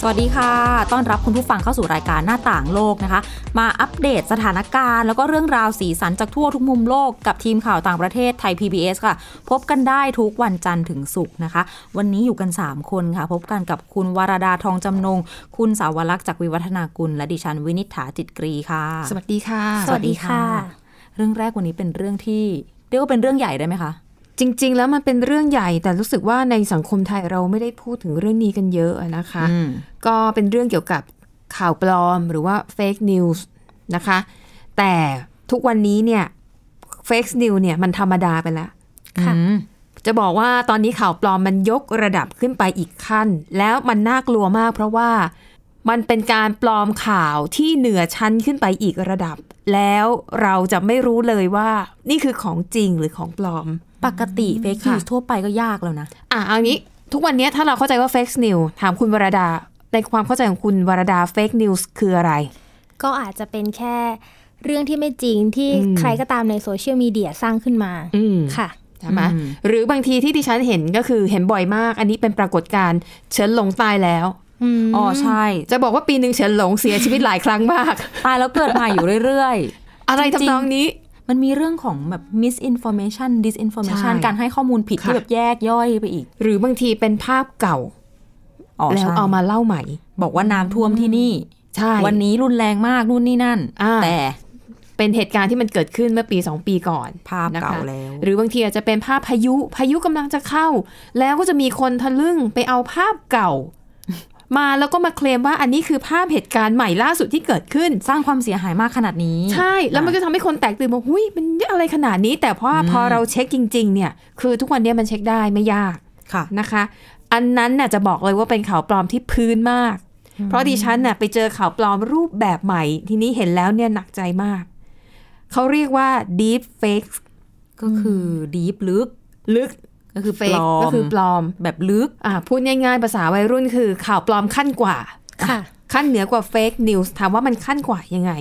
สวัสดีค่ะ ต้อนรับคุณผู้ฟังเข้าสู่รายการหน้าต่างโลกนะคะ มาอัปเดตสถานการณ์ แล้วก็เรื่องราวสีสันจากทั่วทุกมุมโลกกับทีมข่าวต่างประเทศไทย PBS ค่ะ พบกันได้ทุกวันจันทร์ถึงศุกร์นะคะ วันนี้อยู่กัน 3 คนค่ะ พบกันกับคุณวราดาทองจำนง คุณสาวรักษ์จากวิวัฒนากุล และดิฉันวินิษฐาจิตกรีค่ะ สวัสดีค่ะ สวัสดีค่ะ เรื่องแรกวันนี้เป็นเรื่องที่เรียกว่าเป็นเรื่องใหญ่ได้ไหมคะ จริง ๆ แล้วมันเป็นเรื่องใหญ่ แต่รู้สึกว่าในสังคมไทยเราไม่ได้พูดถึงเรื่องนี้กันเยอะอะนะคะ อืม ก็เป็นเรื่องเกี่ยวกับข่าวปลอมหรือว่าเฟกนิวส์นะคะ แต่ทุกวันนี้เนี่ยเฟกนิวเนี่ยมันธรรมดาไปแล้ว ค่ะ อืม จะบอกว่าตอนนี้ข่าวปลอมมันยกระดับขึ้นไปอีกขั้น แล้วมันน่ากลัวมากเพราะว่ามันเป็นการปลอมข่าวที่เหนือชั้นขึ้นไปอีกระดับ แล้วเราจะไม่รู้เลยว่านี่คือของจริงหรือของปลอม ปกติเฟกนิว ค่ะ ส์ทั่วไปก็ยากแล้วนะ อ่ะเอางี้ ทุกวันนี้ถ้าเราเข้าใจว่าเฟกนิวถามคุณวรดา ในความเข้าใจของคุณวรดาเฟกนิวส์คืออะไร ก็อาจจะเป็นแค่เรื่องที่ไม่จริงที่ อืม ใครก็ตามในโซเชียลมีเดียสร้างขึ้นมา อืม ค่ะ ใช่ไหม อืม หรือบางทีที่ดิฉันเห็นก็คือเห็นบ่อยมาก อันนี้เป็นปรากฏการณ์เฉินหลงตายแล้ว อืม อ๋อใช่ จะบอกว่าปีหนึ่งเฉินหลงเสียชีวิตหลายครั้งมาก ตายแล้วเกิดใหม่อยู่เรื่อย อะไรทำนองนี้ ๆ มันมีเรื่องของแบบ misinformation disinformation ใช่ การให้ข้อมูลผิด ค่ะ ที่แบบแยกย่อยไปอีก หรือบางทีเป็นภาพเก่า อ๋อ แล้ว ใช่ เอามาเล่าใหม่ บอกว่าน้ำท่วมที่นี่ ใช่ วันนี้รุนแรงมากนู่นนี่นั่น อ่า แต่ เป็นเหตุการณ์ที่มันเกิดขึ้นเมื่อปี 2 ปีก่อน ภาพ นะคะ เก่าแล้ว หรือบางทีอาจจะเป็นภาพพายุ พายุกำลังจะเข้า แล้วก็จะมีคนทะลึ่งไปเอาภาพเก่า มาแล้วก็มาเคลมว่าอันนี้คือภาพเหตุการณ์ใหม่ล่าสุดที่เกิดขึ้น สร้างความเสียหายมากขนาดนี้ ใช่ แล้วมันก็ทำให้คนแตกตื่นบอกหุ้ยมันอะไรขนาดนี้ แต่พอพอเราเช็คจริง ๆ เนี่ย คือทุกวันเนี้มันเช็คได้ไม่ยาก ค่ะ นะคะ อันนั้นน่ะจะบอกเลยว่าเป็นข่าวปลอมที่พื้นมาก เพราะดิฉันน่ะไปเจอข่าวปลอมรูปแบบใหม่ ทีนี้เห็นแล้วเนี่ยหนักใจมาก เขาเรียกว่า deep fake ก็คือดีฟลึก ลึก ก็คือป fake ลอม ก็คือปลอม แบบลึก อ่าพูดง่ายๆ ภาษาวัยรุ่นคือข่าวปลอมขั้นกว่า ค่ะ ขั้นเหนือกว่าเฟกนิวส์ถามว่ามันขั้นกว่ายังไง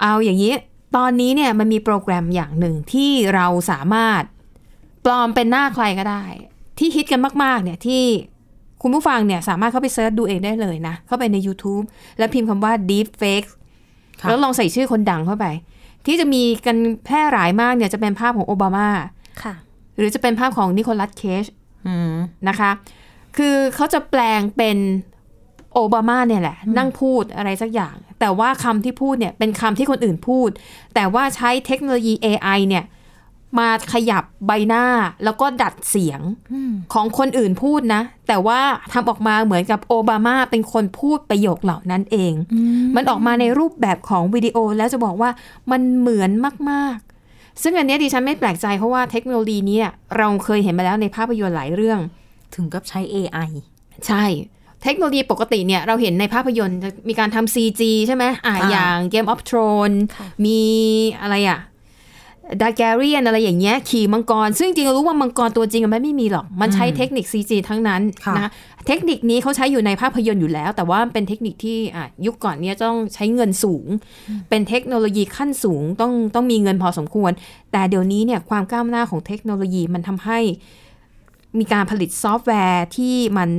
เอาอย่างนี้ ตอนนี้เนี่ยมันมีโปรแกรมอย่างหนึ่งที่เราสามารถปลอมเป็นหน้าใครก็ได้ ที่ฮิตกันมาก ๆ เนี่ยที่คุณผู้ฟังเนี่ยสามารถเข้าไปเซิร์ชดูเองได้เลยนะ เข้าไปใน YouTube แล้วพิมพ์คำว่า deep fake ค่ะ แล้วลองใส่ชื่อคนดังเข้าไป ที่จะมีกันแพร่หลายมากเนี่ยจะเป็นภาพของโอบามา ค่ะ หรือจะเป็นภาพของนิโคลัสเคช อืม นะคะ คือเขาจะแปลงเป็นโอบามาเนี่ยแหละ นั่งพูดอะไรสักอย่าง แต่ว่าคำที่พูดเนี่ยเป็นคำที่คนอื่นพูด แต่ว่าใช้เทคโนโลยี AI เนี่ยมาขยับใบหน้าแล้วก็ดัดเสียงของคนอื่นพูดนะ แต่ว่าทำออกมาเหมือนกับโอบามาเป็นคนพูดประโยคเหล่านั้นเอง มันออกมาในรูปแบบของวิดีโอแล้วจะบอกว่ามันเหมือนมาก ๆ ซึ่งอันเนี้ยดิฉันไม่แปลกใจเพราะว่าเทคโนโลยีเนี้เราเคยเห็นมาแล้วในภาพยนตร์หลายเรื่อง ถึงกับใช้ AI ใช่ เทคโนโลยีปกติเนี่ย เราเห็นในภาพยนตร์จะมีการทำ CG ใช่ไหมอ่า ค่ะ อย่าง Game of Thrones มีอะไรอะดาแกเรียนอะไรอย่างเงี้ยขี่มังกร ซึ่งจริงๆรู้ว่ามังกรตัวจริงมันไม่มีหรอก มันใช้เทคนิค CG ทั้งนั้นนะเทคนิคนี้เขาใช้อยู่ในภาพยนตร์อยู่แล้ว แต่ว่ามันเป็นเทคนิคที่อ่ะยุคก่อนเนี่ยต้องใช้เงินสูง เป็นเทคโนโลยีขั้นสูงต้องต้องมีเงินพอสมควร แต่เดี๋ยวนี้เนี่ยความก้าวหน้าของเทคโนโลยีมันทำให้ มีการผลิตซอฟต์แวร์ที่มัน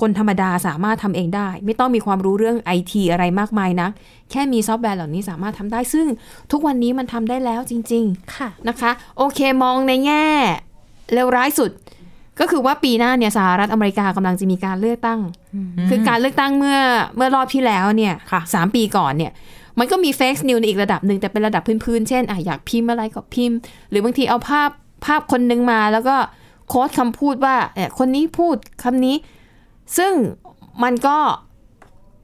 คนธรรมดาสามารถทำเองได้ ไม่ต้องมีความรู้เรื่องไอทีอะไรมากมายนะัก แค่มีซอฟต์แวร์เหล่านี้สามารถทำได้ ซึ่งทุกวันนี้มันทำได้แล้วจริง ค่ะ ๆนะคะ โอเคมองในแง่เลวร้ายสุด ก็คือว่าปีหน้าเนี่ยสหรัฐอเมริกากำลังจะมีการเลือกตั้ง คือการเลือกตั้งเมื่อเมื่อรอบที่แล้วเนี่ย ค่ะ สามปีก่อนเนี่ย มันก็มีเฟกซ์นิวในอีกระดับหนึ่งแต่เป็นระดับพื้นๆ เช่นอ่ะอยากพิมพ์อะไรก็พิมพ์ หรือบางทีเอาภาพภาพคนนึงมาแล้วก็โค้ดคำพูดว่าเนี่ยคนนี้พูดคำนี้ ซึ่งมันก็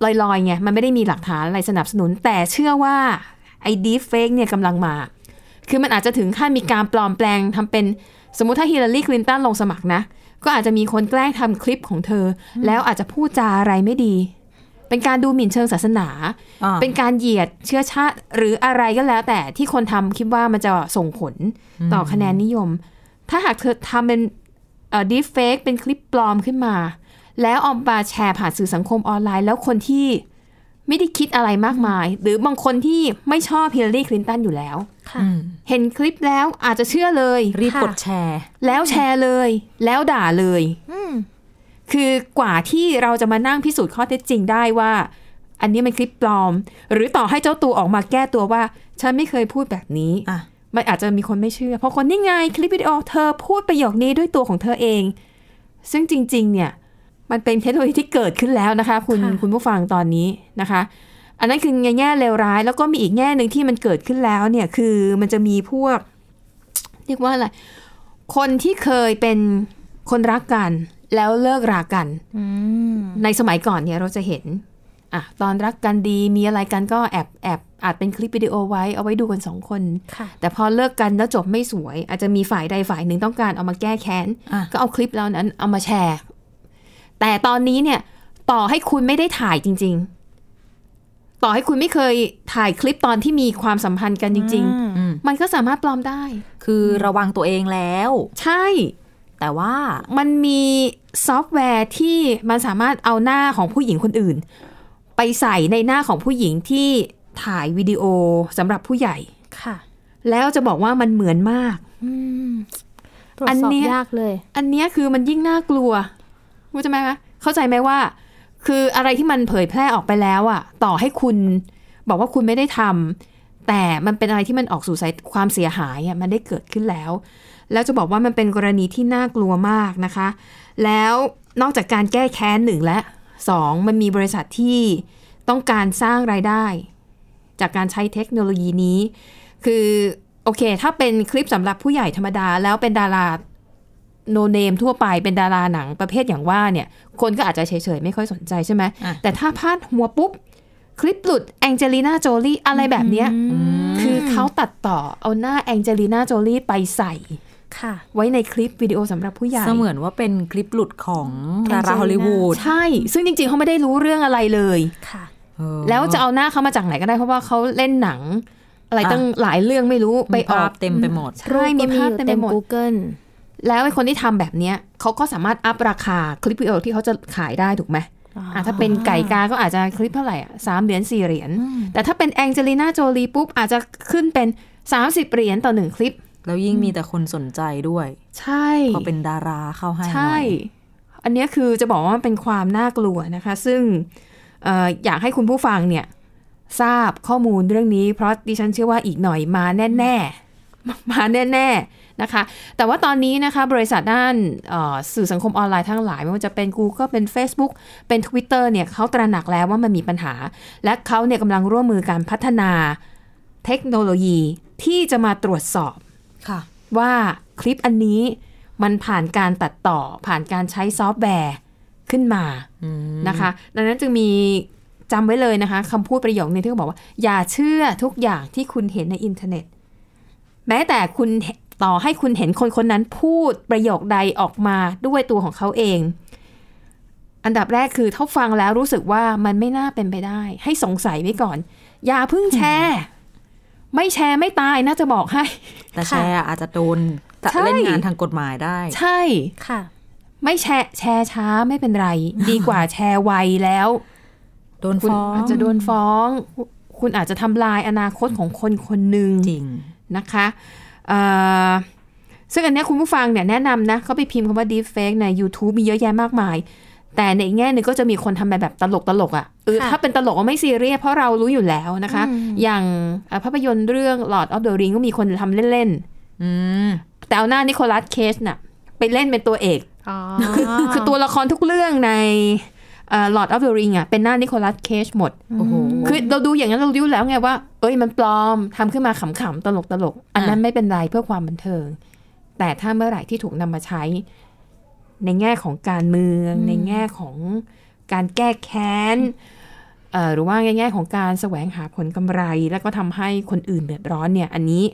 ลอยๆไงมันไม่ได้มีหลักฐานอะไรสนับสนุน แต่เชื่อว่าไอ้ดีเฟกเนี่ยกำลังมา คือมันอาจจะถึงขั้นมีการปลอมแปลงทำเป็นสมมติถ้าฮิลลารีคลินตันลงสมัครนะ ก็อาจจะมีคนแกล้งทำคลิปของเธอ แล้วอาจจะพูดจาอะไรไม่ดี เป็นการดูหมิ่นเชิงศาสนา อ่า เป็นการเหยียดเชื้อชาติ หรืออะไรก็แล้ว แต่ที่คนทำคิดว่ามันจะส่งผลต่อคะแนนนิยม ถ้าหากเธอทำเป็นดีเฟกเป็นคลิปปลอมขึ้นมา แล้วเอามาแชร์ผ่านสื่อสังคมออนไลน์ แล้วคนที่ไม่ได้คิดอะไรมากมาย หรือบางคนที่ไม่ชอบฮิลลารีคลินตันอยู่แล้ว ค่ะ อืม เห็นคลิปแล้วอาจจะเชื่อเลย รีบ ค่ะ กดแชร์ แล้วแชร์เลย แล้วด่าเลย อืม คือกว่าที่เราจะมานั่งพิสูจน์ข้อเท็จจริงได้ว่า อันนี้มันคลิปปลอม หรือต่อให้เจ้าตัวออกมาแก้ตัวว่า ฉันไม่เคยพูดแบบนี้ อ่ะ มันอาจจะมีคนไม่เชื่อ เพราะคนนี่ไงคลิปวิดีโอเธอพูดประโยคนี้ด้วยตัวของเธอเอง ซึ่งจริง ๆ เนี่ย มันเป็นเทคโนโลยีที่เกิดขึ้นแล้วนะคะ คุณ ค่ะ คุณผู้ฟังตอนนี้นะคะ อันนั้นคือในแง่เลวร้าย แล้วก็มีอีกแง่หนึ่งที่มันเกิดขึ้นแล้วเนี่ยคือมันจะมีพวก เรียกว่าอะไร คนที่เคยเป็นคนรักกัน แล้วเลิกรากัน อืม ในสมัยก่อนเนี่ยเราจะเห็นอ่ะตอนรักกันดีมีอะไรกันก็แอบแอบอาจเป็นคลิปวิดีโอไว้เอาไว้ดูกันสองคน ค่ะ แต่พอเลิกกันแล้วจบไม่สวย อาจจะมีฝ่ายใดฝ่ายหนึ่งต้องการเอามาแก้แค้น อ่ะ ก็เอาคลิปเหล่านั้นเอามาแชร์ แต่ตอนนี้เนี่ยต่อให้คุณไม่ได้ถ่ายจริง ๆ ต่อให้คุณไม่เคยถ่ายคลิปตอนที่มีความสัมพันธ์กันจริง อืม ๆ มันก็สามารถปลอมได้ คือระวังตัวเองแล้ว ใช่ แต่ว่า มันมีซอฟต์แวร์ที่มันสามารถเอาหน้าของผู้หญิงคนอื่น ไปใส่ในหน้าของผู้หญิงที่ถ่ายวิดีโอสำหรับผู้ใหญ่ ค่ะ แล้วจะบอกว่ามันเหมือนมาก อืมตรวจ อัน สอบ เนี้ย ยากเลย อันเนี้ยคือมันยิ่งน่ากลัวรู้ใช่ไหมคะเข้าใจไหมว่า คืออะไรที่มันเผยแพร่ออกไปแล้วอะต่อให้คุณบอกว่าคุณไม่ได้ทำแต่มันเป็นอะไรที่มันออกสู่สายความเสียหายอะมันได้เกิดขึ้นแล้ว แล้วจะบอกว่ามันเป็นกรณีที่น่ากลัวมากนะคะ แล้วนอกจากการแก้แค้นหนึ่งและสองมันมีบริษัทที่ต้องการสร้างรายได้ จากการใช้เทคโนโลยีนี้ คือโอเค ถ้าเป็นคลิปสำหรับผู้ใหญ่ธรรมดา แล้วเป็นดารา โนเนมทั่วไปเป็นดาราหนังประเภทอย่างว่าเนี่ย คนก็อาจจะเฉยๆ ไม่ค่อยสนใจใช่ไหม อ่ะ แต่ถ้าพลาดหัวปุ๊บ คลิปหลุดแองเจลีน่าโจลี่อะไรแบบเนี้ยคือเขาตัดต่อเอาหน้าแองเจลีน่าโจลี่ไปใส่ ค่ะ ไว้ในคลิปวิดีโอสำหรับผู้ใหญ่ เสมือนว่าเป็นคลิปหลุดของดาราฮอลลีวูด ใช่ ซึ่งจริงๆ เขาไม่ได้รู้เรื่องอะไรเลย ค่ะ เออ แล้วจะเอาหน้าเขามาจากไหนก็ได้เพราะว่าเขาเล่นหนัง อะไรตั้งหลายเรื่องไม่รู้ไป มี ออ ภาก พเต็มไปหมด ใช่มีภาพเต็มไปหมด Google แล้วไอ้คนที่ทำแบบเนี้ยเขาก็สามารถอัพราคาคลิปวิดีโอที่เขาจะขายได้ถูกไหมอ่ะถ้าเป็นไก่กาก็อาจจะคลิปเท่าไหร่อ่ะสามเหรียญสี่เหรียญ แต่ถ้าเป็นแองเจลิน่าโจลีปุ๊บ อาจจะขึ้นเป็น 30 เหรียญต่อหนึ่งคลิป แล้วยิ่งมีแต่คนสนใจด้วย ใช่ พอเป็นดาราเข้าให้หน่อย ใช่ อันเนี้ยคือจะบอกว่ามันเป็นความน่ากลัวนะคะ ซึ่งเอออยากให้คุณผู้ฟังเนี่ย ทราบข้อมูลเรื่องนี้ เพราะดิฉันเชื่อว่าอีกหน่อยมาแน่ๆ มาแน่ๆนะคะ แต่ว่าตอนนี้นะคะ บริษัทด้านเอ่อสื่อสังคมออนไลน์ทั้งหลาย ไม่ว่าจะเป็น Google เป็น Facebook เป็น Twitter เนี่ยเขาตระหนักแล้วว่ามันมีปัญหา และเขาเนี่ยกำลังร่วมมือการพัฒนาเทคโนโลยีที่จะมาตรวจสอบ ค่ะ ว่าคลิปอันนี้มันผ่านการตัดต่อผ่านการใช้ซอฟต์แวร์ขึ้นมานะคะ ดังนั้นจึงมีจำไว้เลยนะคะคำพูดประโยคนึงที่เขาบอกว่า อย่าเชื่อทุกอย่างที่คุณเห็นในอินเทอร์เน็ต แม้แต่คุณเห็นต่อให้คุณเห็นคนคนนั้นพูดประโยคใดออกมาด้วยตัวของเขาเอง อันดับแรกคือถ้าฟังแล้วรู้สึกว่ามันไม่น่าเป็นไปได้ ให้สงสัยไว้ก่อน อย่าเพิ่งแชร์ ไม่แชร์ไม่ตายน่าจะบอกให้ แต่แชร์อาจจะโดนจะ ใช่ เล่นงานทางกฎหมายได้ ใช่ ค่ะ ไม่แชร์แชร์ช้าไม่เป็นไร ดีกว่าแชร์ไวแล้ว โดน คุณ ฟ้อง อาจจะโดนฟ้อง คุณอาจจะทำลายอนาคตของคนคนหนึ่ง จริง นะคะเอ่อซึ่งอันเนี้ยคุณผู้ฟังเนี่ยแนะนำนะเขาไปพิมพ์คำว่า deepfake ใน YouTube มีเยอะแยะมากมาย แต่ในอีกแง่หนึงก็จะมีคนทำแบบตลกตลกๆอ่ะเออ ค่ะ ถ้าเป็นตลกก็ไม่ซีเรียสเพราะเรารู้อยู่แล้วนะคะ อืม อย่างเอ่อภาพยนตร์เรื่อง Lord of the Ring ก็มีคนทำเล่น อืม ๆ แต่เอาหน้านิโคลัสเคจน่ะไปเล่นเป็นตัวเอก อ๋อ คือตัวละครทุกเรื่องในเอ่อ Lord of the Ring อ่ะเป็นหน้านิโคลัสเคจหมด โอ้โห คือเราดูอย่างนั้นเรารู้แล้วไงว่า เอ้ยมันปลอมทำขึ้นมาขำๆ ตลกตลกๆอันนั้นไม่เป็นไรเพื่อความบันเทิง แต่ถ้าเมื่อไหร่ที่ถูกนำมาใช้ ในแง่ของการเมือง ในแง่ของการแก้แค้นเอ่อหรือว่าในแง่ของการแสวงหาผลกำไร แล้วก็ทำให้คนอื่นเดือดร้อนเนี่ย อันนี้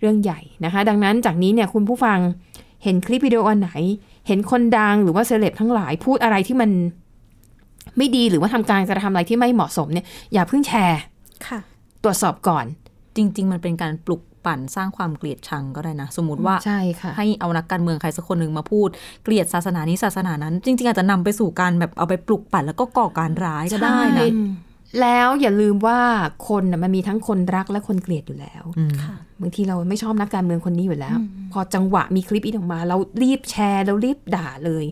เรื่องใหญ่นะคะ ดังนั้นจากนี้เนี่ยคุณผู้ฟังเห็นคลิปวิดีโออันไหน เห็นคนดังหรือว่าเซเลบทั้งหลายพูดอะไรที่มันไม่ดีหรือว่าทำการกระทำอะไรที่ไม่เหมาะสมเนี่ยอย่าเพิ่งแชร์ ค่ะ ตรวจสอบก่อน จริง ๆ มันเป็นการปลุก ปั่นสร้างความเกลียดชังก็ได้นะ สมมติว่า ใช่ค่ะ ให้เอานักการเมืองใครสักคนหนึ่งมาพูด เกลียดศาสนานี้ศาสนานั้น จริง ๆ อาจจะนำไปสู่การแบบเอาไปปลุกปั่นแล้วก็ก่อการร้ายก็ได้ ใช่ นะ แล้วอย่าลืมว่าคนน่ะมันมีทั้งคนรักและคนเกลียดอยู่แล้ว อืม ค่ะ บางทีเราไม่ชอบนักการเมืองคนนี้อยู่แล้ว อืม พอจังหวะมีคลิปอีกออกมา เรารีบแชร์เรารีบด่าเลย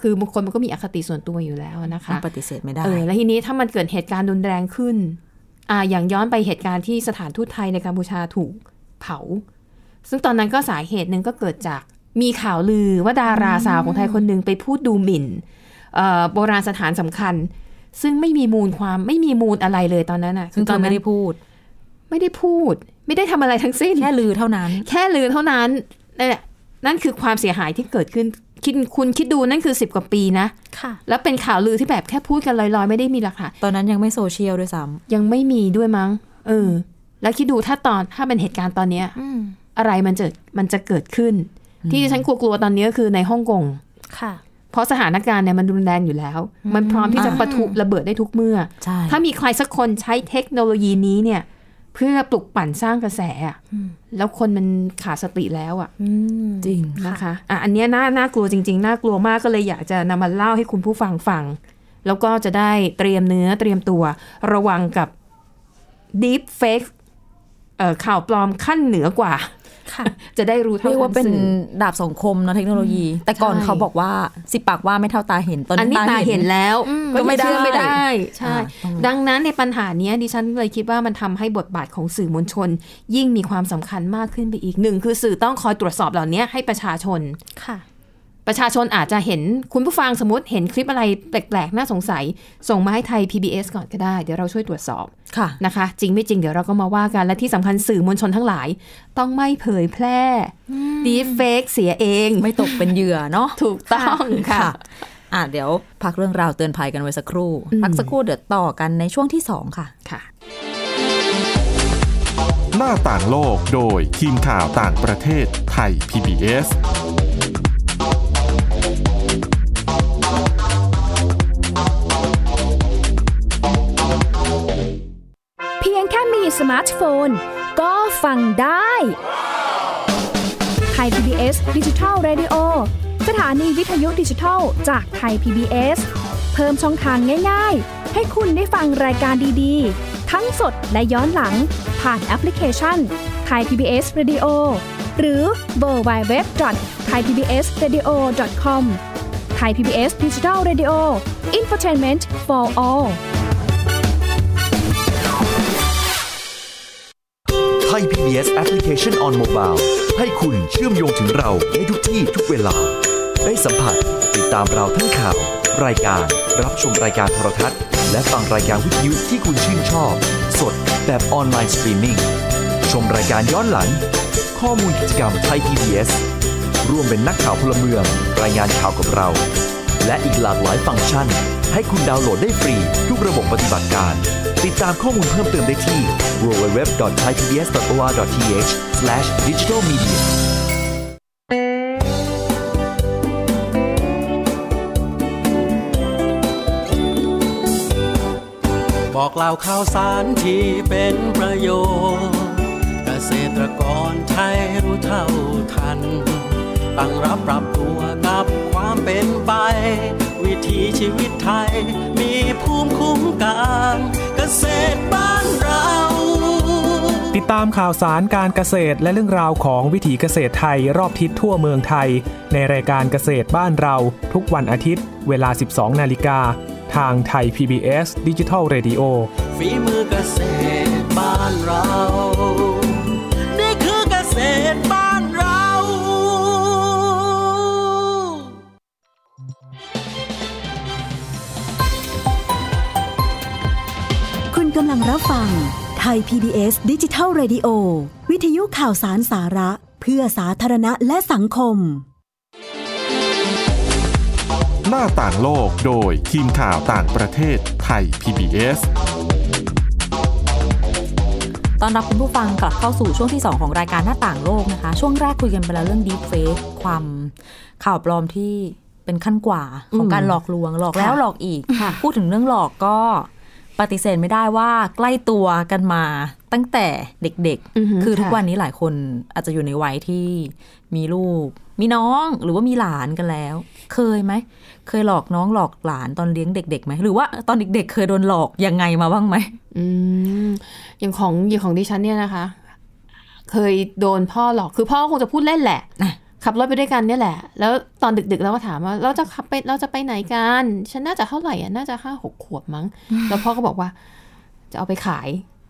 คือบางคนมันก็มีอคติส่วนตัวอยู่แล้วนะคะ มันปฏิเสธไม่ได้ เออแล้วทีนี้ถ้ามันเกิดเหตุการณ์รุนแรงขึ้น อ่า อย่างย้อนไปเหตุการณ์ที่สถานทูตไทยในกัมพูชาถูกเผา ซึ่งตอนนั้นก็สาเหตุหนึ่งก็เกิดจากมีข่าวลือว่าดาราสาวของไทยคนหนึ่งไปพูดดูหมิ่นเอ่อโบราณสถานสำคัญ ซึ่งไม่มีมูลความไม่มีมูลอะไรเลยตอนนั้นน่ะ ซึ่งเธอไม่ได้ ตนนั้น พูด ไม่ได้พูด ไม่ได้ทำอะไรทั้งสิ้น แค่ลือเท่านั้น แค่ลือเท่านั้นนั่นแหละนั่นคือความเสียหายที่เกิดขึ้นคิดคุณคิดดูนั่นคือสิบกว่าปีนะ ค่ะ แล้วเป็นข่าวลือที่แบบแค่พูดกันลอยๆ ไม่ได้มีหลักฐาน ตอนนั้นยังไม่โซเชียลด้วยซ้ ยังไม่มีด้วยมั้ง เออ แล้วคิดดูถ้าตอนถ้าเป็นเหตุการณ์ตอนเนี้ย อืม อะไรมันจะมันจะเกิดขึ้น ที่ดิฉันกลัวๆตอนนี้ก็คือในฮ่องกง ค่ะ เพราะสถานการณ์เนี่ยมันรุนแรงอยู่แล้ว มันพร้อมที่จะปะทุระเบิดได้ทุกเมื่อ ำใช่ ถ้ามีใครสักคนใช้เทคโนโลยีนี้เนี่ย เพื่อปลุกปั่นสร้างกระแสอะ อืม แล้วคนมันขาดสติแล้วอะ อืม จริง นะคะอ่ะอันเนี้ยน่าน่ากลัวจริง ๆ น่ากลัวมากก็เลยอยากจะนำมาเล่าให้คุณผู้ฟังฟัง แล้วก็จะได้เตรียมเนื้อเตรียมตัวระวังกับ Deep Fake เอ่อข่าวปลอมขั้นเหนือกว่า ค่ะ จะได้รู้เท่า เรียก ทั ว่าน เป็น สื่อ ดาบสองคมเนอะเทคโนโลยี แต่ก่อน ใช่ เขาบอกว่าสิบปากว่าไม่เท่าตาเห็น ตอน อัน นี้ นี้ตาเห็นแล้ว อืม ก็ไม่ได้ไม่ได้ ใช่ อ่าต้อง ดังนั้นในปัญหาเนี้ยดิฉันเลยคิดว่ามันทำให้บทบาทของสื่อมวลชน ยิ่งมีความสำคัญมากขึ้นไปอีกหนึ่งคือสื่อต้องคอยตรวจสอบเหล่านี้ให้ประชาชน ค่ะ ประชาชนอาจจะเห็นคุณผู้ฟังสมมติเห็นคลิปอะไรแปลกๆ น่าสงสัย ส่งมาให้ไทย PBS ก่อนก็ได้ เดี๋ยวเราช่วยตรวจสอบ ค่ะ นะคะจริงไม่จริงเดี๋ยวเราก็มาว่ากัน และที่สำคัญสื่อมวลชนทั้งหลาย ต้องไม่เผยแพร่ดีเฟกเสียเอง ไม่ตกเป็นเหยื่อเนาะ ถูกต้องค่ะ อ่ะเดี๋ยวพักเรื่องราวเตือนภัยกันไว้สักครู่ อืม พักสักครู่เดี๋ยวต่อกันในช่วงที่สองค่ะ ค่ะ หน้าต่างโลกโดยทีมข่าวต่างประเทศไทย PBS เพียงแค่มีสมาร์ทโฟน ก็ฟังได้ไทย PBS ดิจิทัล Radio สถานีวิทยุดิจิทัลจากไทย PBS เพิ่มช่องทางง่ายๆ ให้คุณได้ฟังรายการดีๆ ทั้งสดและย้อนหลัง ผ่านแอปพลิเคชันไทย PBS Radio หรือเวอร์ไบเว็บจอดไทยพีบีเอสเรดิโอคอมไทยพีบีเอสดิจิทัลเรดิโออินฟอร์ทนเมนต์ for all ไทย PBS Application on Mobile ให้คุณเชื่อมโยงถึงเราในทุกที่ทุกเวลา ได้สัมผัสติดตามเราทั้งข่าว รายการ รับชมรายการโทรทัศน์ และฟังรายการวิทยุที่คุณชื่นชอบ สดแบบออนไลน์สตรีมมิ่งชมรายการย้อนหลัง ข้อมูลกิจกรรมไทย PBS ร่วมเป็นนักข่าวพลเมือง รายงานข่าวกับเรา และอีกหลากหลายฟังก์ชัน ให้คุณดาวน์โหลดได้ฟรี ทุกระบบปฏิบัติการ ติดตามข้อมูลเพิ่มเติมได้ที่ www.thaipbs.or.th/digitalmedia บอกเล่าข่าวสารที่เป็นประโยชน์ เกษตรกรไทยรู้เท่าทัน ตั้งรับปรับตัวกับความเป็นไป วิถีชีวิตไทยมีภูมิคุ้มกัน เกษตรบ้านเรา ติดตามข่าวสารการเกษตรและเรื่องราวของวิถีเกษตรไทยรอบทิศทั่วเมืองไทย ในรายการเกษตรบ้านเราทุกวันอาทิตย์ เวลา 12 นาฬิกา ทางไทย PBS Digital Radio ฝีมือเกษตรบ้านเรา นี่คือเกษตรบ้านเรา คุณกำลังรับฟังไทย PBS ดิจิทัล Radio วิทยุข่าวสารสาระ เพื่อสาธารณะและสังคม หน้าต่างโลกโดยทีมข่าวต่างประเทศไทย PBS ตอนรับคุณผู้ฟังกลับเข้าสู่ช่วงที่ 2 ของรายการหน้าต่างโลกนะคะ ช่วงแรกคุยกันไปแล้วเรื่องดีเฟกความข่าวปลอมที่เป็นขั้นกว่าของการหลอกลวง หลอกแล้วหลอกอีก พูดถึงเรื่องหลอกก็ปฏิเสธไม่ได้ว่าใกล้ตัวกันมา ตั้งแต่เด็ก อือฮึ คือทุก ค่ะ วันนี้หลายคนอาจจะอยู่ในวัยที่มีลูก มีน้องหรือว่ามีหลานกันแล้ว เคยไหม เคยหลอกน้องหลอกหลานตอนเลี้ยงเด็กๆไหมหรือว่าตอนเด็กๆ เคยโดนหลอกยังไงมาบ้างไหม อืมอย่างของอย่างของดิฉันเนี่ยนะคะ เคยโดนพ่อหลอกคือพ่อคงจะพูดเล่นแหละ อ่ะ ขับรถไปด้วยกันเนี่ยแหละ แล้วตอนดึกๆเราก็ถามว่าเราจะขับไปเราจะไปไหนกันฉันน่าจะเท่าไหร่อ่ะน่าจะห้าหกขวบมั้ง แล้วพ่อก็บอกว่า จะเอาไปขาย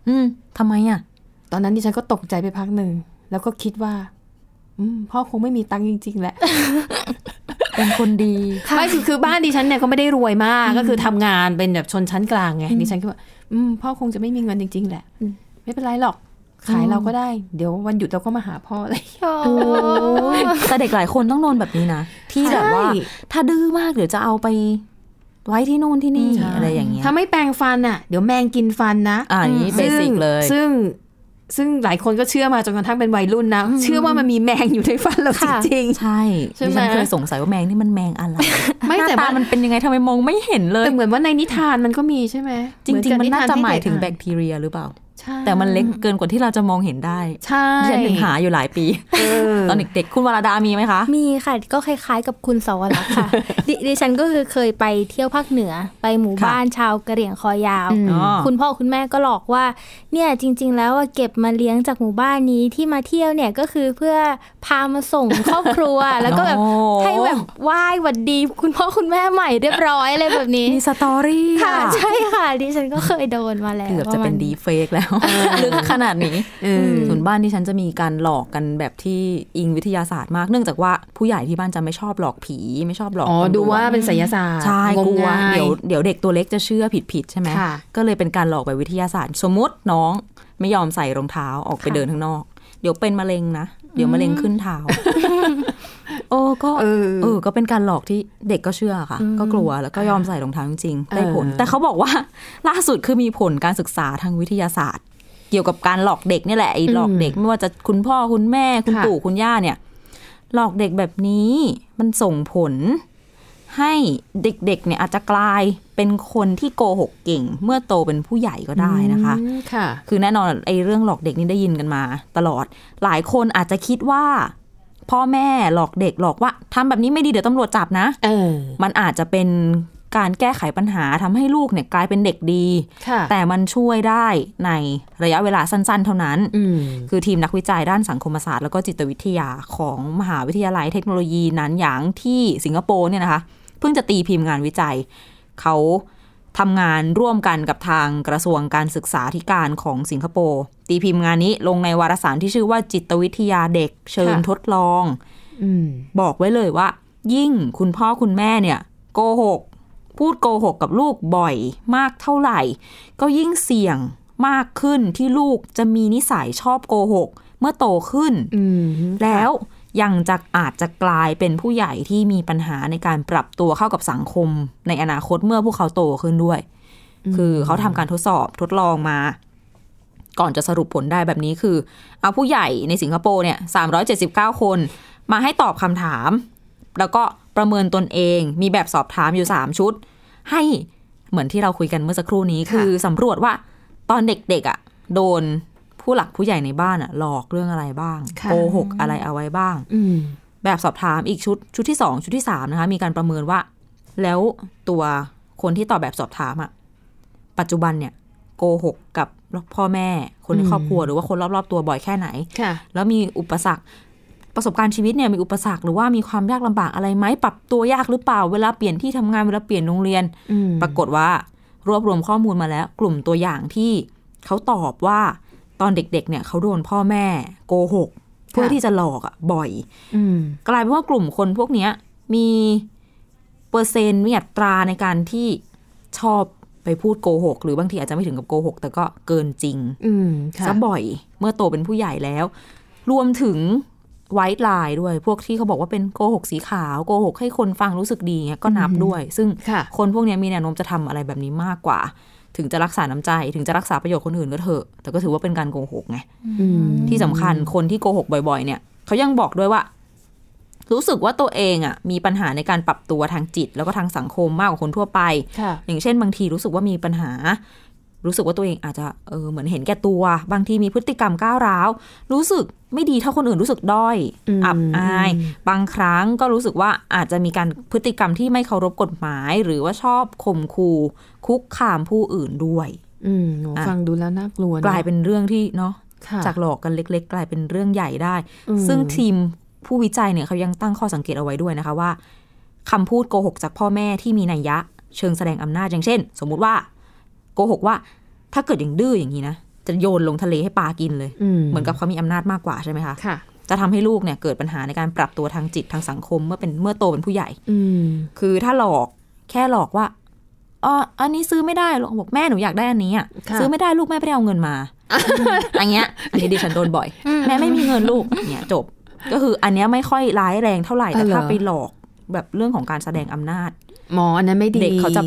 อืมทำไมอ่ะ ตอนนั้นดิฉันก็ตกใจไปพักหนึ่งแล้วก็คิดว่า อืมพ่อคงไม่มีตังค์จริงๆแหละ เป็นคนดี ไม่คือคือบ้านดิฉันเนี่ยก็ไม่ได้รวยมากก็คือทำงานเป็นแบบชนชั้นกลางไงดิฉันคิดว่าอืมพ่อคงจะไม่มีเงินจริง ๆ แหละ ไม่เป็นไรหรอก ขายเราก็ได้ เดี๋ยววันหยุดเราก็มาหาพ่ออะไรอย่างเงี้ย โอ้ยแต่เด็กหลายคนต้องโดนแบบนี้นะที่แบบว่า ใช่ ถ้าดื้อมากเดี๋ยวจะเอาไป ไว้ที่นู่นที่นี่อะไรอย่างเงี้ย ถ้าไม่แปรงฟันอ่ะ เดี๋ยวแมงกินฟันนะ อ่าอันนี้เบสิกซึ่ง เลย ซึ่งซึ่งหลายคนก็เชื่อมาจนกระทั่งเป็นวัยรุ่นนะ เชื่อว่ามันมีแมงอยู่ในฟันเราจ ค่ะ ริง ใช่ ใช่ไหม ดิฉันเคยสงสัยว่าแมงนี่มันแมงอะไร ไม่ หน้า แต่ ตา ว่ามั มันเป็นยังไงทำไมมองไม่เห็นเล ๆ ย แต่เหมือนว่าในนิทานมันก็มีใช่ไหม จริง ๆ มันน่าจะหมายถึงแบค ค ทีเรียหรือเปล่า ใช่ แต่มันเล็กเกินกว่าที่เราจะมองเห็นได้ ใช่ ดิฉันถึงหาอยู่หลายปี เออ ตอนเด็กๆคุณวราดามีไหมคะ มีค่ะก็คล้ายๆกับคุณสวรักษ์ ค่ะดิดิฉันก็คือเคยไปเที่ยวภาคเหนือ ไปหมู่ ค่ะ บ้านชาวกะเหรี่ยงคอยาว อืม อ๋อ คุณพ่อคุณแม่ก็หลอกว่าเนี่ยจริง ๆ แล้วอะเก็บมาเลี้ยงจากหมู่บ้านนี้ที่มาเที่ยวเนี่ยก็คือเพื่อพามาส่งครอบค รัว แล้วก็แบบ โอ้ ให้แบบไหว้หวัดดี คุณพ่อคุณแม่ใหม่เรียบร้อยอะไรแบบ นี้ มีสตอรี่ ค่ะใช่ค่ะดิฉันก็เคยโดนมาแล้ว เกือบจะเป็น รมาณ ดีเฟกแล้วลึกขนาดนี้ส่วนบ้านที่ฉันจะมีการหลอกกันแบบที่อิงวิทยาศาสตร์มากเนื่องจากว่าผู้ใหญ่ที่บ้านจะไม่ชอบหลอกผีไม่ชอบหลอก อ๋อ ตำรจ ดูว่าเป็นไสยศาสตร์ ใช่ งม กลัว งาย เดี๋ยวเดี๋ยวเด็กตัวเล็กจะเชื่อผิดผิดๆใช่ไหม ค่ะ ก็เลยเป็นการหลอกแบบวิทยาศาสตร์ สมมติน้องไม่ยอมใส่รองเท้าออกไปเดินข้างนอก เดี๋ยวเป็นมะเร็งนะ เดี๋ยวมะเร็งขึ้น เท้า โอ้ก็ เออ เออก็เป็นการหลอกที่เด็กก็เชื่อค่ะ ก็กลัวแล้วก็ยอมใส่รองเท้าจริงๆได้ผล เออ แต่เขาบอกว่า ล่าสุดคือมีผลการศึกษาทางวิทยาศาสตร์ เกี่ยวกับการหลอกเด็กเนี่ยแหละไอ้หลอกเด็กไม่ว่าจะคุณพ่อคุณแม่คุณ ค่ะ ปู่คุณย่าเนี่ย หลอกเด็กแบบนี้มันส่งผล ให้เด็กๆเนี่ยอาจจะกลายเป็นคนที่โกหกเก่ง เมื่อโตเป็นผู้ใหญ่ก็ได้นะคะ อืมค่ะ คือแน่นอนไอ้เรื่องหลอกเด็กนี่ได้ยินกันมาตลอด หลายคนอาจจะคิดว่า พ่อแม่หลอกเด็กหลอกว่าทำแบบนี้ไม่ดีเดี๋ยวตำรวจจับนะ เออ มันอาจจะเป็นการแก้ไขปัญหาทำให้ลูกเนี่ยกลายเป็นเด็กดี ค่ะ แต่มันช่วยได้ในระยะเวลาสั้นๆ เท่านั้น อืม คือทีมนักวิจัยด้านสังคมศาสตร์แล้วก็จิตวิทยาของมหาวิทยาลัยเทคโนโลยีนันหยางที่สิงคโปร์เนี่ยนะคะ เพิ่งจะตีพิมพ์งานวิจัย เขาทำงานร่วมกันกับทางกระทรวงการศึกษาธิการของสิงคโปร์ตีพิมพ์งานนี้ลงในวารสารที่ชื่อว่าจิตวิทยาเด็กเชิง ค่ะ ทดลอง อืม บอกไว้เลยว่า ยิ่งคุณพ่อคุณแม่เนี่ยโกหก พูดโกหกกับลูกบ่อยมากเท่าไหร่ ก็ยิ่งเสี่ยงมากขึ้นที่ลูกจะมีนิสัยชอบโกหก เมื่อโตขึ้น อืม แล้วยังจะอาจจะกลายเป็นผู้ใหญ่ที่มีปัญหาในการปรับตัวเข้ากับสังคม ในอนาคตเมื่อพวกเขาโตขึ้นด้วย คือเขาทำการทดสอบทดลองมา ก่อนจะสรุปผลได้แบบนี้คือ เอาผู้ใหญ่ในสิงคโปร์เนี่ย379 คน มาให้ตอบคำถาม แล้วก็ประเมินตนเองมีแบบสอบถามอยู่ 3 ชุด ให้เหมือนที่เราคุยกันเมื่อสักครู่นี้ ค่ะ คือสำรวจว่าตอนเด็กๆอะ่ะ โดนผู้หลักผู้ใหญ่ในบ้านอะ่ะ หลอกเรื่องอะไรบ้าง ค่ะ โกหกอะไรเอาไว้บ้าง อืม แบบสอบถามอีกชุดชุดที่สองชุดที่สามนะคะมีการประเมินว่า แล้วตัวคนที่ตอบแบบสอบถามอะปัจจุบันเนี่ยโกหกกับพ่อแม่ คนในครอบครัวหรือว่าคนรอบๆตัวบ่อยแค่ไหน ค่ะ แล้วมีอุปสรรคประสบการณ์ชีวิตเนี่ยมีอุปสรรคหรือว่ามีความยากลำบากอะไรไหมปรับตัวยากหรือเปล่าเวลาเปลี่ยนที่ทำงานเวลาเปลี่ยนโรงเรียน อืม ปรากฏว่ารวบรวมข้อมูลมาแล้ว กลุ่มตัวอย่างที่เขาตอบว่าตอนเด็กๆเนี่ยเขาโดนพ่อแม่โกหก เพื่อที่จะหลอกอะบ่อย อืม กลายเป็นว่ากลุ่มคนพวกเนี้ยมีเปอร์เซ็นต์มีอัตราในการที่ชอบไปพูดโกหก หรือบางทีอาจจะไม่ถึงกับโกหก แต่ก็เกินจริง อืม ค่ะ ซะบ่อยเมื่อโตเป็นผู้ใหญ่แล้ว รวมถึงไวท์ไลน์ด้วย พวกที่เขาบอกว่าเป็นโกหกสีขาว โกหกให้คนฟังรู้สึกดีเงี้ยก็นับด้วย ซึ่ง ค่ะ นพวกเนี้ยมีแนวโน้มจะทำอะไรแบบนี้มากกว่า ถึงจะรักษาน้ำใจ ถึงจะรักษาประโยชน์คนอื่นก็เถอะแต่ก็ถือว่าเป็นการโกหกไง อืม ที่สำคัญคนที่โกหกบ่อยๆ เนี่ยเขายังบอกด้วยว่า รู้สึกว่าตัวเองอ่ะมีปัญหาในการปรับตัวทางจิต แล้วก็ทางสังคมมากกว่าคนทั่วไป ค่ะ อย่างเช่นบางทีรู้สึกว่ามีปัญหา รู้สึกว่าตัวเองอาจจะเออเหมือนเห็นแก่ตัว บางทีมีพฤติกรรมก้าวร้าว รู้สึกไม่ดีเท่าคนอื่นรู้สึกด้อย อืม อับอาย บางครั้งก็รู้สึกว่าอาจจะมีการพฤติกรรมที่ไม่เคารพกฎหมาย หรือว่าชอบข่มขู่คุกคามผู้อื่นด้วย อืมโห อ่ะ ฟังดูแล้วน่ากลัวะ กลายเป็นเรื่องที่เนาะ ค่ะ จากหลอกกันเล็ก ๆ กลายเป็นเรื่องใหญ่ได้ อืม ซึ่งทีมผู้วิจัยเนี่ยเขายังตั้งข้อสังเกตเอาไว้ด้วยนะคะว่าคำพูดโกหกจากพ่อแม่ที่มีนัยยะ เชิงแสดงอำนาจอย่างเช่น สมมุติว่าโกหกว่า ถ้าเกิดอย่างดื้ออย่างนี้นะ จะโยนลงทะเลให้ปลากินเลย เหมือนกับเขามีอำนาจมากกว่าใช่ไหมคะ ค่ะ จะทำให้ลูกเนี่ยเกิดปัญหาในการปรับตัวทางจิตทางสังคมเมื่อเป็นเมื่อโตเป็นผู้ใหญ่ อืม คือถ้าหลอกแค่หลอกว่าอ๋ออันนี้ซื้อไม่ได้หรอกบอกแม่หนูอยากได้อันนี้อ่ะ ค่ะ ซื้อไม่ได้ลูกแม่ไปเอาเงินมา อันเงี้ย อันนี้ดิฉันโดนบ่อย แม่ไม่มีเงินลูกเนี้ยจบ ก็คืออันเนี้ยไม่ค่อยร้ายแรงเท่าไหร่แต่ถ้าไปหลอกแบบเรื่องของการแสดงอำนาจ หมออันนั้นไม่ดี เด็กเขาจะ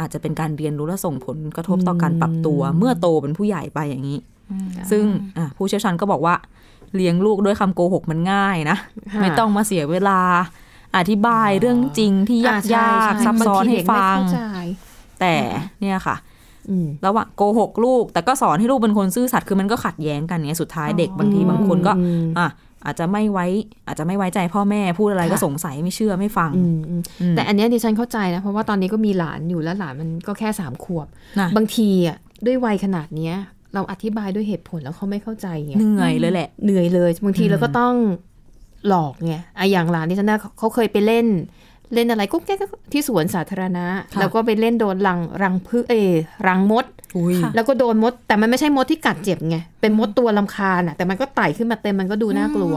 อาจจะเป็นการเรียนรู้และส่งผลกระทบต่อการปรับตัว เมื่อโตเป็นผู้ใหญ่ไปอย่างนี้ ซึ่งอ่ะผู้เชี่ยวชาญก็บอกว่า เลี้ยงลูกด้วยคำโกหกมันง่ายนะ ค่ะ ไม่ต้องมาเสียเวลา อธิบายเรื่องจริงที่ยากยากๆซับซ้อนให้ฟัง แต่เนี่ยค่ะ อืม ระหว่างโกหกลูก แต่ก็สอนให้ลูกเป็นคนซื่อสัตย์คือมันก็ขัดแย้งกันเนี่ยสุดท้ายเด็กบางทีบางคนก็ อืม อ่ะอาจจะไม่ไว้ อาจจะไม่ไว้ใจพ่อแม่พูดอะไรก็สงสัยไม่เชื่อไม่ฟัง อืมอืม อืม แต่อันเนี้ยดิฉันเข้าใจนะเพราะว่าตอนนี้ก็มีหลานอยู่แล้วหลานมันก็แค่สามขวบ นะ บางทีอ่ะด้วยวัยขนาดเนี้ย เราอธิบายด้วยเหตุผลแล้วเขาไม่เข้าใจไง เหนื่อยเลยแหละ เหนื่อยเลยบางที อืม เราก็ต้องหลอกไงอะอย่างหลานดิฉันนะเขาเขาเคยไปเล่น เล่นอะไรกุ๊กแก๊กที่สวนสาธารณะ แล้วก็ไปเล่นโดนรังรังพืเอยรังมด ค่ะ แล้วก็โดนมด แต่มันไม่ใช่มดที่กัดเจ็บไงเป็นมดตัวลำคาญอ่ะแต่มันก็ไต่ขึ้นมาเต็มมันก็ดูน่ากลัว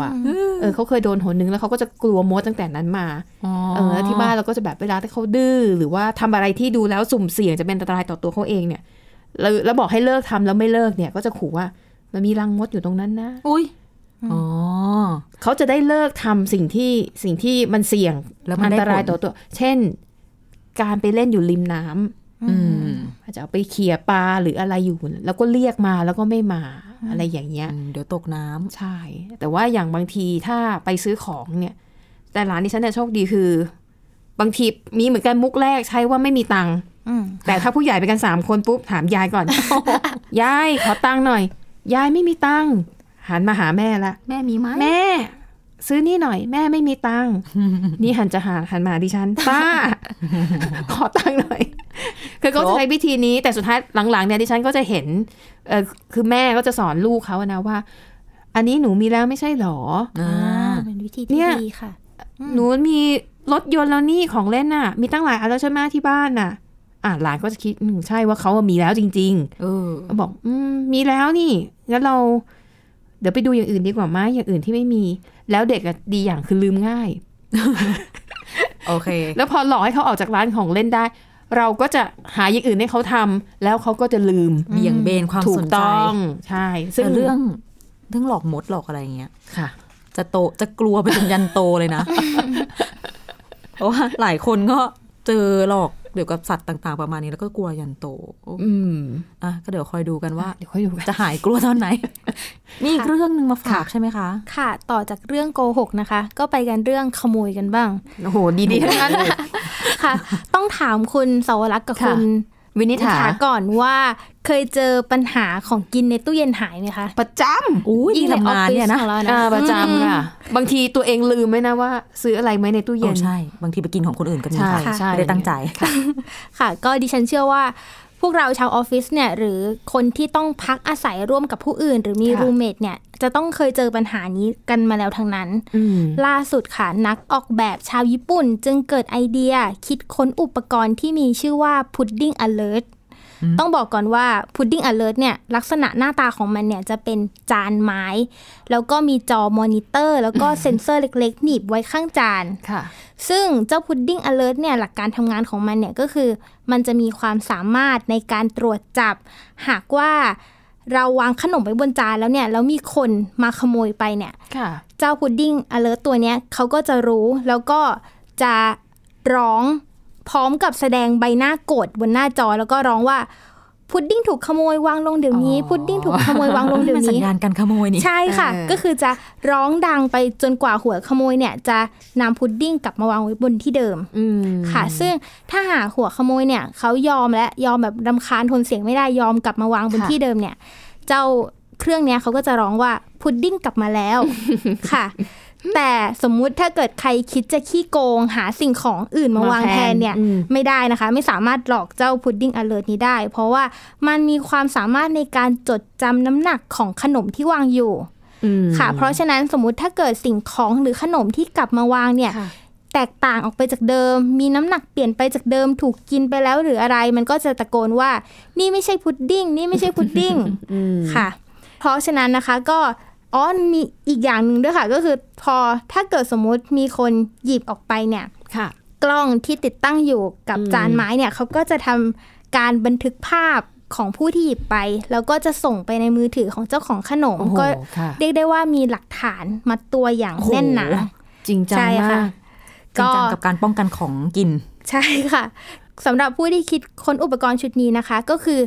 เออเขาเคยโดนหนหนึ่งแล้วเขาก็จะกลัวมดตั้งแต่นั้นมา เออแล้วที่บ้านเราก็จะแบบเวลาที่เขาดื้อหรือว่าทำอะไรที่ดูแล้วสุ่มเสี่ยงจะเป็นอันตรายต่อตัวเขาเองเนี่ยแล้วแล้วบอกให้เลิกทำแล้วไม่เลิกเนี่ย ก็จะขู่ว่ามันมีรังมดอยู่ตรงนั้นนะ อุ้ยอ๋อ เขาจะได้เลิกทำสิ่งที่สิ่งที่มันเสี่ยง แล้วมัน อั ได้ ตราย ผล ต่อตัว เช่น การไปเล่นอยู่ริมน้ำ อืม อาจจะเอาไปเขี่ยปลาหรืออะไรอยู่ แล้วก็เรียกมาแล้วก็ไม่มาอะไรอย่างเงี้ย อืมเดี๋ยวตกน้ำ ใช่ แต่ว่าอย่างบางทีถ้าไปซื้อของเนี่ย แต่ร้านที่ฉันเนี่ยโชคดีคือ บางทีมีเหมือนกันมุกแรกใช้ว่าไม่มีตังค์แต่ถ้าผู้ใหญ่ไปกันสามคนปุ๊บถามยาย ก่อน ยายขอตังค์หน่อย ยายไม่มีตังค์หันมาหาแม่ละ แม่มีไหม แม่ ซื้อนี่หน่อย แม่ไม่มีตั งค์ นี่หันจะหาหันมาดิฉันป้า ขอตังค์หน่อยคือเขาจะใช้วิธีนี้ แต่สุดท้ายหลังๆเนี่ยดิฉันก็จะเห็นเออคือแม่ก็จะสอนลูกเขาอะนะว่า อันนี้หนูมีแล้วไม่ใช่หรอ อ่า เป็นวิธี เนี่ ที่ ย ดีค่ะ หนูมีรถยนต์แล้วนี่ของเล่นน่ะ มีตั้งหลายอันแล้วใช่ไหมที่บ้านน่ะ อ่ะหลานก็จะคิดอืมใช่ว่าเขาอะมีแล้วจริง ๆ เออ ก็บอกอืมมีแล้วนี่งั้นเรา เดี๋ยวไปดูอย่างอื่นดีกว่าไหมอย่างอื่นที่ไม่มี แล้วเด็กอะดีอย่างคือลืมง่าย โอเค แล้วพอหลอกให้เขาออกจากร้านของเล่นได้ เราก็จะหาอย่างอื่นให้เขาทำแล้วเขาก็จะลืม เบี่ยงเบนความ ถู ส ก นใจ ต้องใช่ ซึ่ ซึ่ ง งเรื่องเรื่องหลอกมดหลอกอะไรอย่างเงี้ย ค่ะ จะโตจะกลัวไปจนยันโตเลย นะ เพราะว่าหลายคนก็เจอหลอกเกี่ยวกับสัตว์ต่าง ๆ ประมาณนี้แล้วก็กลัวยันโต อืม อ่ะก็เดี๋ยวคอยดู กันว่า เดี๋ยวค่อยดูกัน จะหายกลัวตอนไหน มีอีกเรื่องหนึ่งมาฝากใช่ไหมคะ ค่ะ ต่อจากเรื่องโกหกนะคะ ก็ไปกันเรื่องขโมยกันบ้าง โอ้โห ดีๆทั้งนั้น ค่ะ ต้องถามคุณสาวรักษ์กับ ค่ะ คุณ วินิษฐา ก่อนว่าเคยเจอปัญหาของกินในตู้เย็นหายไหมคะ ประจ อุ้ยที่ทำงานเนี่ยนะ งใออฟฟิศของำเรานะ อ่าประจำค่ะ บางทีตัวเองลืมไหมนะว่า ซื้ออะไรไหมในตู้เย็ โอ้ น ใช่ บางทีไปกินของคนอื่นก็มีค่ะ ใช่ใช่ ไม่ได้ตั้งใจ ค่ะ ก็ดิฉันเชื่อว่า พวกเราชาวออฟฟิศเนี่ยหรือคนที่ต้องพักอาศัยร่วมกับผู้อื่น หรือมี ค่ะ รูเมทเนี่ยจะต้องเคยเจอปัญหานี้กันมาแล้วทั้งนั้น อืม ล่าสุดค่ะ นักออกแบบชาวญี่ปุ่น จึงเกิดไอเดีย คิดค้นอุปกรณ์ที่มีชื่อว่า Pudding Alert ต้องบอกก่อนว่า Pudding Alert เนี่ยลักษณะหน้าตาของมันเนี่ยจะเป็นจานไม้ แล้วก็มีจอมอนิเตอร์ แล้วก็เซ็นเซอร์เล็กๆ หนีบไว้ข้างจาน ค่ะ ซึ่งเจ้า Pudding Alert เนี่ยหลักการทำงานของมันเนี่ยก็คือ มันจะมีความสามารถในการตรวจจับ หากว่าเราวางขนมไว้บนจานแล้วเนี่ยแล้วมีคนมาขโมยไปเนี่ย ค่ะ เจ้าพุดดิ้ง alert ตัวเนี้ยเขาก็จะรู้แล้วก็จะร้องพร้อมกับแสดงใบหน้าโกรธบนหน้าจอแล้วก็ร้องว่า พุดดิ้งถูกขโมยวางลงเดี๋ยวนี้ อ๋อ พุดดิ้งถูกขโมยวางลงเดี๋ย มั วน สัญ นี้ ญาณการขโมยนี่ ใช่ค่ะ เออ ก็คือจะร้องดังไปจนกว่าหัวขโมยเนี่ยจะนำพุดดิ้งกลับมาวางไว้บนที่เดิม อืม ค่ะ ซึ่งถ้าหากหัวขโมยเนี่ยเขายอมและยอมแบบรำคาญทนเสียงไม่ได้ยอมกลับมาวางบนที่เดิมเนี่ย เจ้าเครื่องเนี้ยเขาก็จะร้องว่าพุดดิ้งกลับมาแล้ว ค่ะ แต่สมมุติถ้าเกิดใครคิดจะขี้โกง หาสิ่งของอื่นมาวางแทนเนี่ย อืม ไม่ได้นะคะ ไม่สามารถหลอกเจ้าพุดดิ้งอเลิร์นี้ได้ เพราะว่ามันมีความสามารถในการจดจำน้ำหนักของขนมที่วางอยู่ค่ะ เพราะฉะนั้นสมมติถ้าเกิดสิ่งของหรือขนมที่กลับมาวางเนี่ย ค่ะ แตกต่างออกไปจากเดิม มีน้ำหนักเปลี่ยนไปจากเดิมถูกกินไปแล้วหรืออะไร มันก็จะตะโกนว่า นี่ไม่ใช่พุดดิ้ง นี่ไม่ใช่พุดดิ้งค่ะ เพราะฉะนั้นนะคะก็อ๋อมีอีกอย่างหนึ่งด้วยค่ะ ก็คือพอถ้าเกิดสมมุติมีคนหยิบออกไปเนี่ย ค่ะ กล้องที่ติดตั้งอยู่กับจานไม้เนี่ยเขาก็จะทำการบันทึกภาพของผู้ที่หยิบไป แล้วก็จะส่งไปในมือถือของเจ้าของขนม โอ้โห ก็ ค่ะ เรียกได้ว่ามีหลักฐานมัดตัวอย่าง โอ้โห แน่นหนา จริงจัง ใช่ มา ค่ะ ก จริงจังกับการป้องกันของกิน ใช่ค่ะสำหรับผู้ที่คิดค้นอุปกรณ์ชุดนี้นะคะ ก็คือ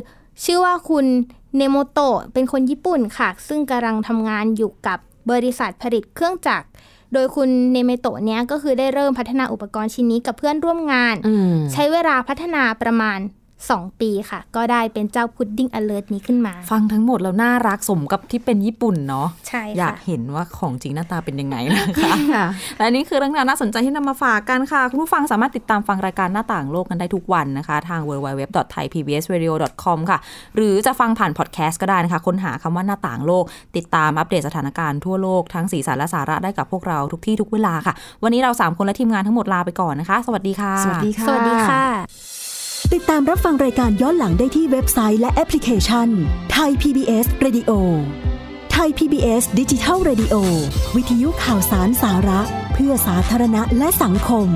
ชื่อว่าคุณเนโมโตะเป็นคนญี่ปุ่นค่ะ ซึ่งกำลังทำงานอยู่กับบริษัทผลิตเครื่องจักร โดยคุณเนเมโตะเนี้ยก็คือได้เริ่มพัฒนาอุปกรณ์ชิ้นนี้กับเพื่อนร่วมงาน อืม ใช้เวลาพัฒนาประมาณ 2 ปีค่ะ ก็ได้เป็นเจ้าพุดดิ้งอเลิร์นี้ขึ้นมา ฟังทั้งหมดแล้วน่ารักสมกับที่เป็นญี่ปุ่นเนาะ ใช่ อยา ค่ะ กเห็นว่าของจริงหน้าตาเป็นยังไงนะคะ ค่ะ และนี่คือเรื่องราวน่าสนใจที่นำมาฝากกันค่ะ คุณผู้ฟังสามารถติดตามฟังรายการหน้าต่างโลกกันได้ทุกวันนะคะ ทาง www.thaipbsradio.com ค่ะ หรือจะฟังผ่านพอดแคสต์ก็ได้นะคะ ค้นหาคำว่าหน้าต่างโลก ติดตามอัปเดตสถานการณ์ทั่วโลกทั้งสีสันและสาระได้กับพวกเราทุกที่ทุกเวลาค่ะ วันนี้เราสามคนและทีมงานทั้งหมดลาไปก่อนนะคะ สวัสดีค่ะ สวัสดีค่ะ สวัสดีค่ะ ติดตามรับฟังรายการย้อนหลังได้ที่เว็บไซต์และแอปพลิเคชันไทย PBS Radio ไทย PBS ดิจิทัล Radio วิทยุข่าวสารสาระ เพื่อสาธารณะและสังคม